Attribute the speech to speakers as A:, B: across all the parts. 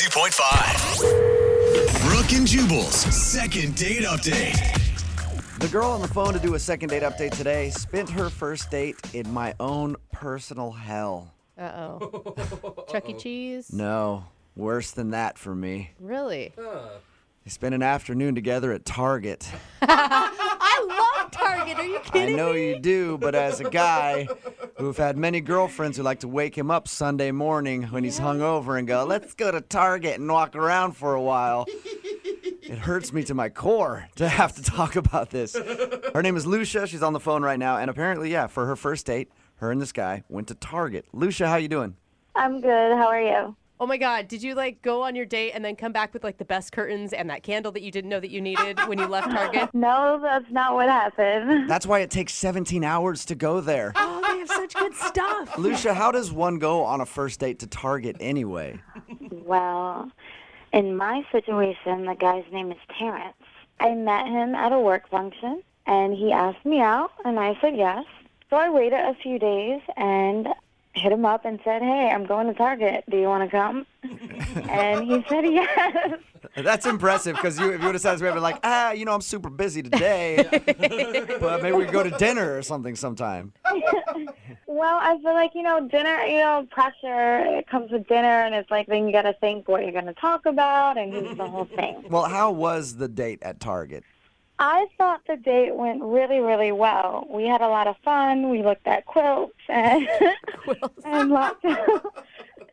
A: 92.5. Brooke and Jubal's second date update.
B: The girl on the phone to do a second date update today spent her first date in my own personal hell.
C: Uh oh. Chuck E. Cheese?
B: No, worse than that for me.
C: Really?
B: They spent an afternoon together at Target.
C: I love Target. Are you
B: I
C: kidding?
B: know you do, but as a guy who've had many girlfriends who like to wake him up Sunday morning when he's hungover and go, let's go to Target and walk around for a while. It hurts me to my core to have to talk about this. Her name is Lucia. She's on the phone right now, and apparently, yeah, for her first date, her and this guy went to Target. Lucia, how you doing?
D: I'm good. How are you?
C: Oh my God. Did you like go on your date and then come back with like the best curtains and that candle that you didn't know that you needed when you left Target?
D: No, that's not what happened.
B: That's why it takes 17 hours to go there.
C: Oh, they have such good stuff.
B: Lucia, how does one go on a first date to Target anyway?
D: Well, in my situation, the guy's name is Terrence. I met him at a work function, and he asked me out, and I said yes. So I waited a few days and hit him up and said, "Hey, I'm going to Target. Do you want to come?" and he said yes.
B: That's impressive because you, if you would have said this, we would have been like, ah, you know, I'm super busy today, but maybe we go to dinner or something sometime.
D: Well, I feel like, you know, dinner, you know, pressure, it comes with dinner, and it's like then you got to think what you're going to talk about and here's the whole thing.
B: Well, how was the date at Target?
D: I thought the date went really, really well. We had a lot of fun. We looked at quilts and
C: Quills.
D: and lots of,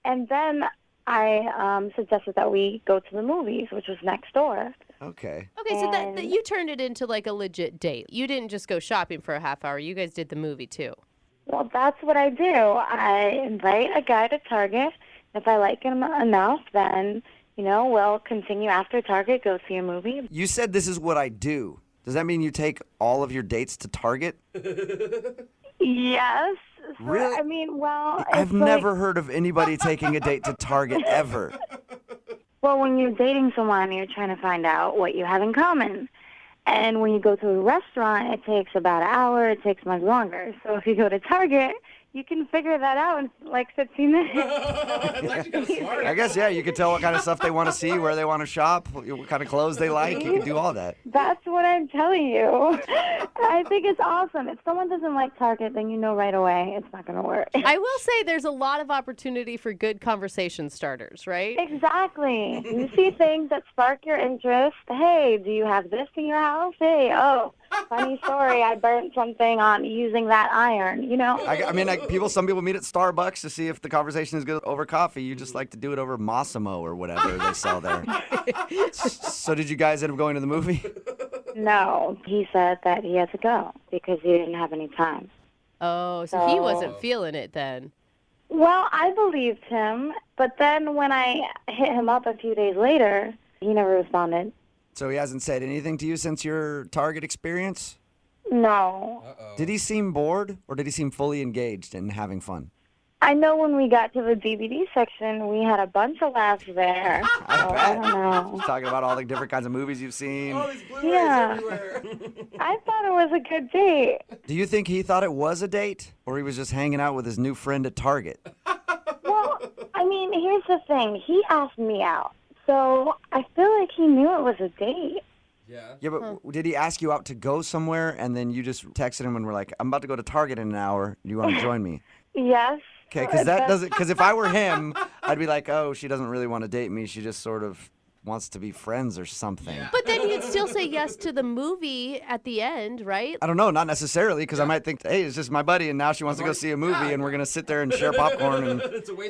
D: and then I um, suggested that we go to the movies, which was next door.
B: Okay.
C: Okay, so that, that you turned it into like a legit date. You didn't just go shopping for a half hour. You guys did the movie too.
D: Well, that's what I do. I invite a guy to Target. If I like him enough, then you know we'll continue after Target, go see a movie.
B: You said this is what I do. Does that mean you take all of your dates to Target?
D: Yes. So,
B: Really?
D: I mean, well,
B: I've
D: it's like-
B: never heard of anybody taking a date to Target ever.
D: Well, when you're dating someone, you're trying to find out what you have in common. And when you go to a restaurant, it takes about an hour. It takes much longer. So if you go to Target, you can figure that out in like 15 minutes.
B: I guess, yeah, you could tell what kind of stuff they want to see, where they want to shop, what what kind of clothes they like. You can do all that.
D: That's what I'm telling you. I think it's awesome. If someone doesn't like Target, then you know right away it's not going to work.
C: I will say there's a lot of opportunity for good conversation starters, right?
D: Exactly. You see things that spark your interest. Hey, do you have this in your house? Hey, oh, funny story. I burnt something on using that iron. You know.
B: I, I mean, like people. Some people meet at Starbucks to see if the conversation is good over coffee. You just like to do it over Massimo or whatever they sell there. so, did you guys end up going to the movie?
D: No, he said that he had to go because he didn't have any time.
C: Oh, so he wasn't feeling it then.
D: Well, I believed him, but then when I hit him up a few days later, he never responded.
B: So he hasn't said anything to you since your Target experience.
D: No.
B: Did he seem bored or did he seem fully engaged and having fun?
D: I know when we got to the DVD section, we had a bunch of laughs there.
B: I bet.
D: know.
B: Talking about all the different kinds of movies you've seen.
D: Yeah. I thought it was a good date.
B: Do you think he thought it was a date or he was just hanging out with his new friend at Target?
D: Well, I mean, here's the thing. He asked me out. So I feel like he knew it was a date.
B: Yeah, but w did he ask you out to go somewhere and then you just texted him and were like, "I'm about to go to Target in an hour. Do you want to join me?"
D: Yes.
B: Okay, because that doesn't. Because if I were him, I'd be like, "Oh, she doesn't really want to date me. She just sort of wants to be friends or something."
C: But then you'd still say yes to the movie at the end, right?
B: I don't know, not necessarily, because I might think, "Hey, it's just my buddy," and now she
E: Oh
B: wants to go see a movie, and we're gonna sit there and share popcorn, and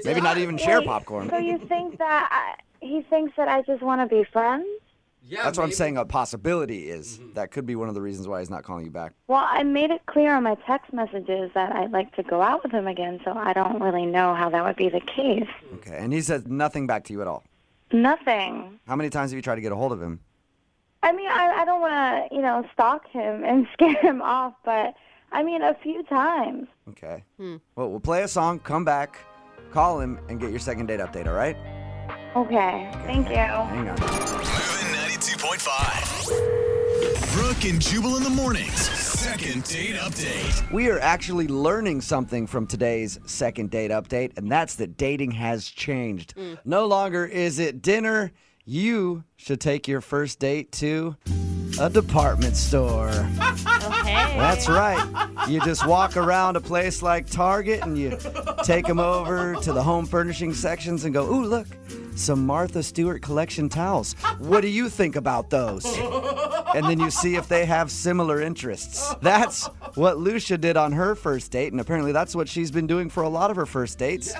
B: maybe not even share
D: Wait,
B: popcorn.
D: So you think that I, he thinks that I just want to be friends?
E: Yeah,
B: That's what I'm
E: maybe. Mm-hmm.
B: saying. A possibility is that could be one of the reasons why he's not calling you back.
D: Well, I made it clear on my text messages that I'd like to go out with him again, so I don't really know how that would be the case.
E: Mm-hmm.
B: Okay, and he said nothing back to you at all.
D: Nothing.
B: How many times have you tried to get a hold of him?
D: I mean, I, I don't want to, you know, stalk him and scare him off, but I mean, a few times.
B: Okay. Well, we'll play a song, come back, call him, and get your second date update. All right?
E: Oh.
D: Okay, thank you.
B: Hang on.
A: Moving 92.5. Brooke and Jubal in the mornings. Second date update.
B: We are actually learning something from today's second date update, and that's that dating has changed. No longer is it dinner. You should take your first date to a department store. That's right. You just walk around a place like Target and you take them over to the home furnishing sections and go, ooh, look, some Martha Stewart collection towels. What do you think about those? and then you see if they have similar interests. That's what Lucia did on her first date, and apparently that's what she's been doing for a lot of her first dates.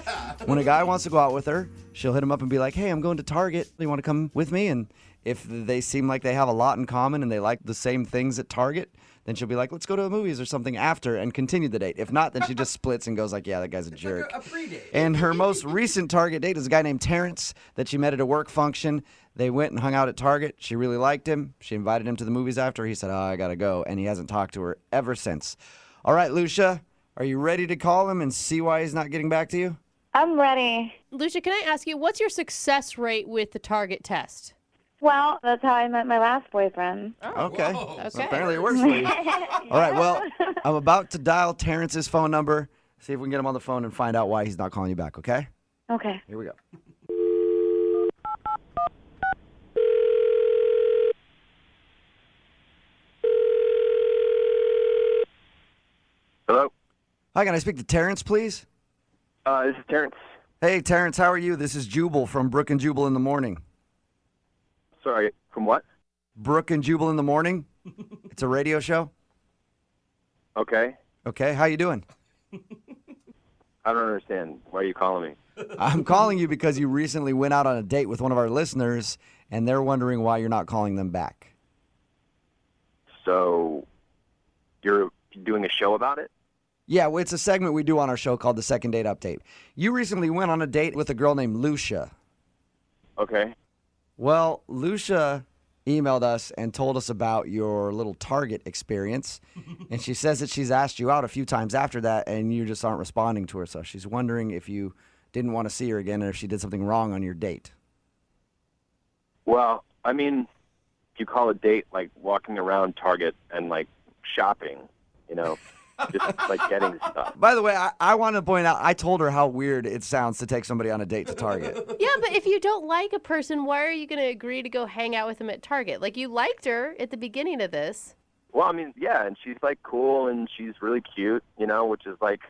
B: When a guy wants to go out with her, she'll hit him up and be like, "Hey, I'm going to Target. You want to come with me?" And if they seem like they have a lot in common and they like the same things at Target, then she'll be like, "Let's go to the movies or something after," and continue the date. If not, then she just splits and goes like, "Yeah, that guy's a jerk."
E: A pre-date.
B: And her most recent Target date is a guy named Terrence that she met at a work function. They went and hung out at Target. She really liked him. She invited him to the movies after. He said, oh, I got to go. And he hasn't talked to her ever since. All right, Lucia, are you ready to call him and see why he's not getting back to you?
D: I'm ready.
C: Lucia, can I ask you, what's your success rate with the target test?
D: Well, that's how I met my last boyfriend.
B: Okay.
C: Okay.
B: Apparently it works for you. All right, well, I'm about to dial Terrence's phone number, see if we can get him on the phone and find out why he's not calling you back, okay?
D: Okay.
B: Here we go.
F: Hello.
B: Hi, can I speak to Terrence, please?
F: Uh, this is Terrence.
B: Hey, Terrence, how are you? This is Jubal from Brook and Jubal in the Morning.
F: Sorry, from what?
B: Brook and Jubal in the Morning? It's a radio show.
F: Okay.
B: Okay, how you doing?
F: I don't understand. Why are you calling me?
B: I'm calling you because you recently went out on a date with one of our listeners, and they're wondering why you're not calling them back.
F: So, you're doing a show about it?
B: Yeah, well, it's a segment we do on our show called the Second Date Update. You recently went on a date with a girl named Lucia.
F: Okay.
B: Well, Lucia emailed us and told us about your little Target experience, and she says that she's asked you out a few times after that, and you just aren't responding to her. So she's wondering if you didn't want to see her again, or if she did something wrong on your date.
F: Well, I mean, you call a date like walking around Target and like shopping, you know, just like getting stuff.
B: By the way, I, I want to point out I told her how weird it sounds to take somebody on a date to Target.
C: Yeah, but if you don't like a person, why are you going to agree to go hang out with them at Target? Like, you liked her at the beginning of this.
F: Well, I mean, yeah, and she's like cool and she's really cute, you know, which is like,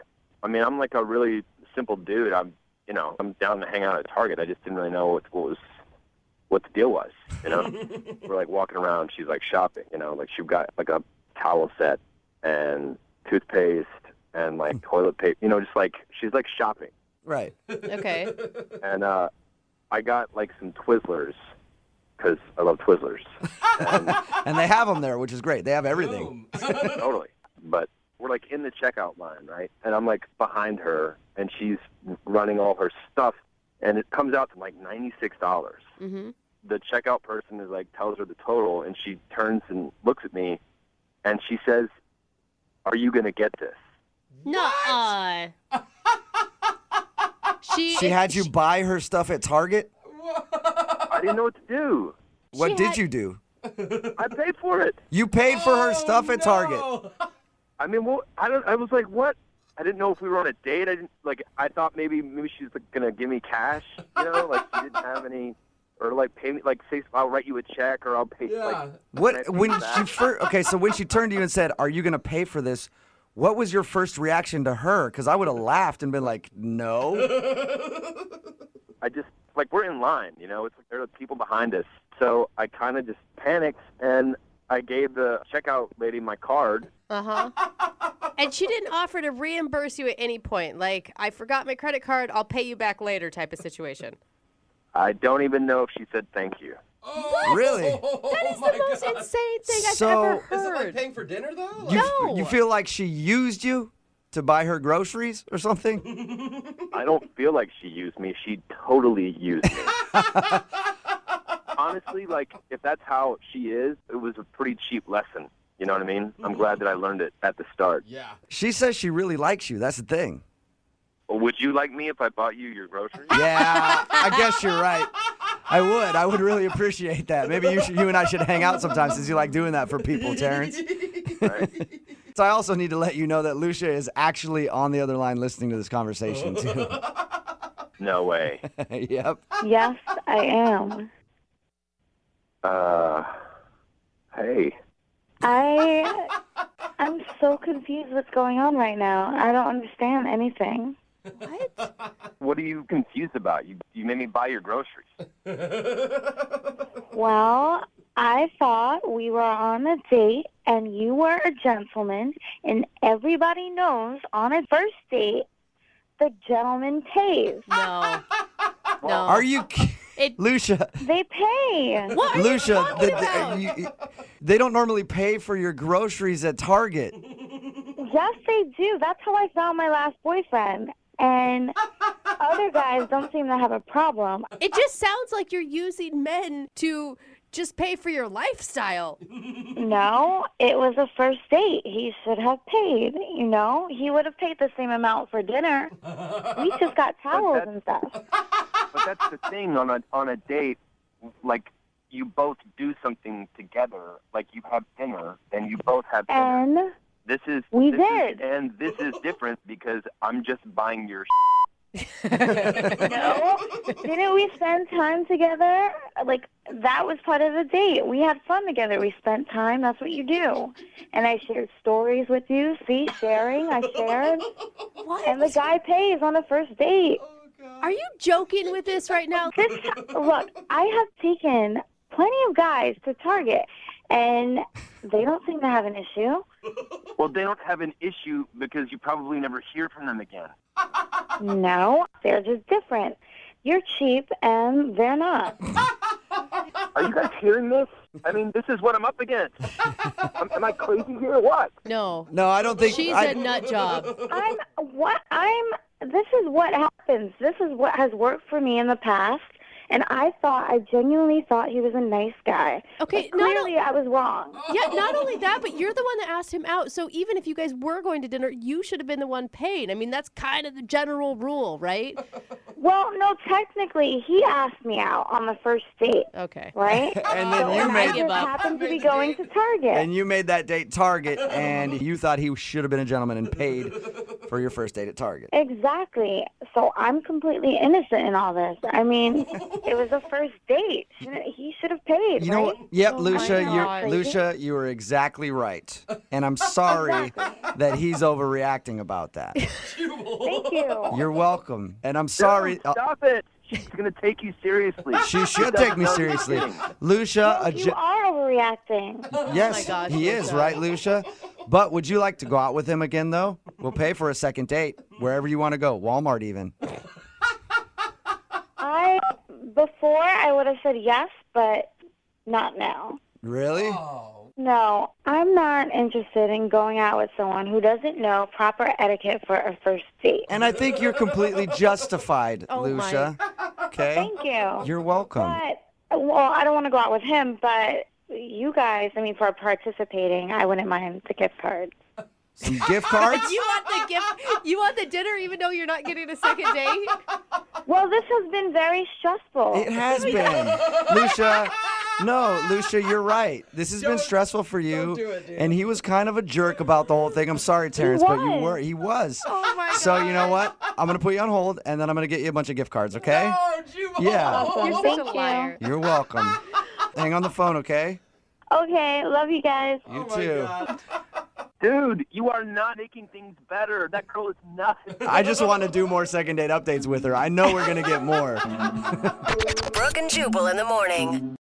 F: I mean, I'm like a really simple dude. I'm, you know, I'm down to hang out at Target. I just didn't really know what, what was, what the deal was, you know. We're like walking around. She's like shopping, you know, like she got like a towel set and toothpaste and like toilet paper, you know, just like she's like shopping.
B: right.
C: Okay.
F: And uh, I got like some Twizzlers because I love Twizzlers. And
B: And they have them there, which is great. They have everything.
F: totally. But we're like in the checkout line, right? And I'm like behind her, and she's running all her stuff, and it comes out to like ninety six dollars.
C: hmm
F: The checkout person is like tells her the total, and she turns and looks at me, and she says, "Are you gonna get this?"
C: Nuh-uh. she,
B: She had you buy her stuff at Target.
F: I didn't know what to do.
B: What
C: She
B: did
C: had-
B: you do?
F: I paid for it.
B: You paid for her stuff at
C: Oh,
B: Target.
E: Oh,
F: I mean, well, I don't. I was like, what? I didn't know if we were on a date. I didn't like. I thought maybe maybe she's like, gonna give me cash. You know, like she didn't have any, or like pay me like say I'll write you a check or I'll pay. Like, can I
B: What
F: pay
B: when
F: you
B: she
F: back?
B: first? Okay, so when she turned to you and said, "Are you going to pay for this?" What was your first reaction to her? Because I would have laughed and been like, "No."
F: I just like we're in line. You know, it's like there are people behind us. So I kind of just panicked and I gave the checkout lady my card.
C: Uh-huh. And she didn't offer to reimburse you at any point. Like, I forgot my credit card. I'll pay you back later type of situation.
F: I don't even know if she said thank you.
B: Really?
E: oh,
C: That is the most insane thing I've
B: Oh So-
C: ever
E: Is it
C: heard.
E: like paying for dinner though? Like,
B: You,
C: No.
B: you feel like she used you to buy her groceries or something?
F: I don't feel like she used me. She totally used me. Honestly, like if that's how she is, it was a pretty cheap lesson. You know what I mean? I'm glad that I learned it at the start.
E: Yeah.
B: She says she really likes you. That's the thing.
F: Would you like me if I bought you your groceries?
B: Yeah, I guess you're right. I would. I would really appreciate that. Maybe you should, you and I should hang out sometime since you like doing that for people, Terrence.
E: Oh,
B: so I also need to let you know that Lucia is actually on the other line listening to this conversation too.
F: No way.
B: yep.
D: Yes, I am.
F: Uh, hey.
D: I I'm so confused what's going on right now. I don't understand anything.
F: What are you confused about? You you made me buy your groceries.
D: Well, I thought we were on a date and you were a gentleman and everybody knows on a first date the gentleman pays.
C: No. No.
B: Are you, ki-
C: Oh. It-
B: Lucia?
D: They pay.
C: What are you
B: Lucia,
C: talking
B: the, the,
C: about?
B: you, you- they don't normally pay for your groceries at Target.
D: Yes, they do. That's how I found my last boyfriend. And other guys don't seem to have a problem.
C: It just sounds like you're using men to just pay for your lifestyle.
D: No, it was a first date. He should have paid. You know, he would have paid the same amount for dinner. We just got towels and stuff.
F: But that's the thing on a on a date, like you both do something together. Like you have dinner, and you both have dinner.
D: And
F: this is
D: we
F: this is-
D: did.
F: and this is different because I'm just buying your.
D: no, didn't we spend time together? Like that was part of the date. We had fun together. We spent time. That's what you do. And I shared stories with you. See, sharing. I shared. And the
C: What?
D: guy pays on the first date.
C: Are you joking with this right now?
D: this look, I have taken plenty of guys to Target, and they don't seem to have an issue.
F: Well, they don't have an issue because you probably never hear from them again.
D: No, they're just different. You're cheap, and they're not.
F: Are you guys hearing this? I mean, this is what I'm up against. am, am I crazy here or what?
C: No.
B: No, I don't think.
C: She's
B: I-
C: a nut job.
D: I'm what I'm. This is what happens. This is what has worked for me in the past. And I thought, I genuinely thought he was a nice guy.
C: Okay, not, o-
D: Clearly, I was wrong.
C: yeah, not only that, but you're the one that asked him out. So even if you guys were going to dinner, you should have been the one paying. I mean, that's kind of the general rule, right?
D: Well, no, technically, he asked me out on the first date,
C: Okay.
D: right?
B: And then
D: So-
B: you
D: and
B: made-
D: I
C: Give
D: just
C: up.
D: happened to be going to Target.
B: and you made that date Target, and you thought he should have been a gentleman and paid for your first date at Target.
D: Exactly. So I'm completely innocent in all this. I mean, it was a first date. Shouldn't, he should have paid.
B: You
D: right?
B: know what? Yep,
C: Oh my
B: Lucia,
C: God.
B: you Lucia, you were exactly right, and I'm sorry that he's overreacting about that.
D: Thank you.
B: You're welcome, and I'm sorry. uh,
F: No, stop it. She's gonna take you seriously.
B: She should
F: That's
B: take me
F: not
B: seriously,
F: kidding.
B: Lucia. A
D: you
B: ge-
D: are overreacting.
B: yes,
C: Oh gosh,
B: he is
C: Lucia.
B: right, Lucia. But would you like to go out with him again, though? We'll pay for a second date wherever you want to go, Walmart even.
D: I before I would have said yes, but not now.
B: Really?
C: Oh.
D: No, I'm not interested in going out with someone who doesn't know proper etiquette for a first date.
B: And I think you're completely justified,
C: Oh my.
B: Lucia. Okay.
D: Thank you.
B: You're welcome.
D: But well, I don't want to go out with him, but you guys, I mean, for participating, I wouldn't mind the gift card.
B: Some gift cards?
C: You want the gift? You want the dinner, even though you're not getting a second date?
D: Well, this has been very stressful.
B: It has been. Lucia, no, Lucia, you're right. This has been stressful for you. And he was kind of a jerk about the whole thing. I'm sorry, Terrence, but you
D: was.
B: were he was.
C: Oh my
B: so you know what? I'm gonna put you on hold and then I'm gonna get you a bunch of gift cards, okay?
E: Oh,
B: Yeah.
C: You're such
D: Thank
C: a
D: you.
C: liar.
B: You're welcome. Hang on the phone, okay?
D: Okay, love you guys.
B: You too.
F: Dude, you are not making things better. That girl is nothing.
B: I just want to do more second date updates with her. I know we're gonna get more.
E: Brooke and Jubal in the morning.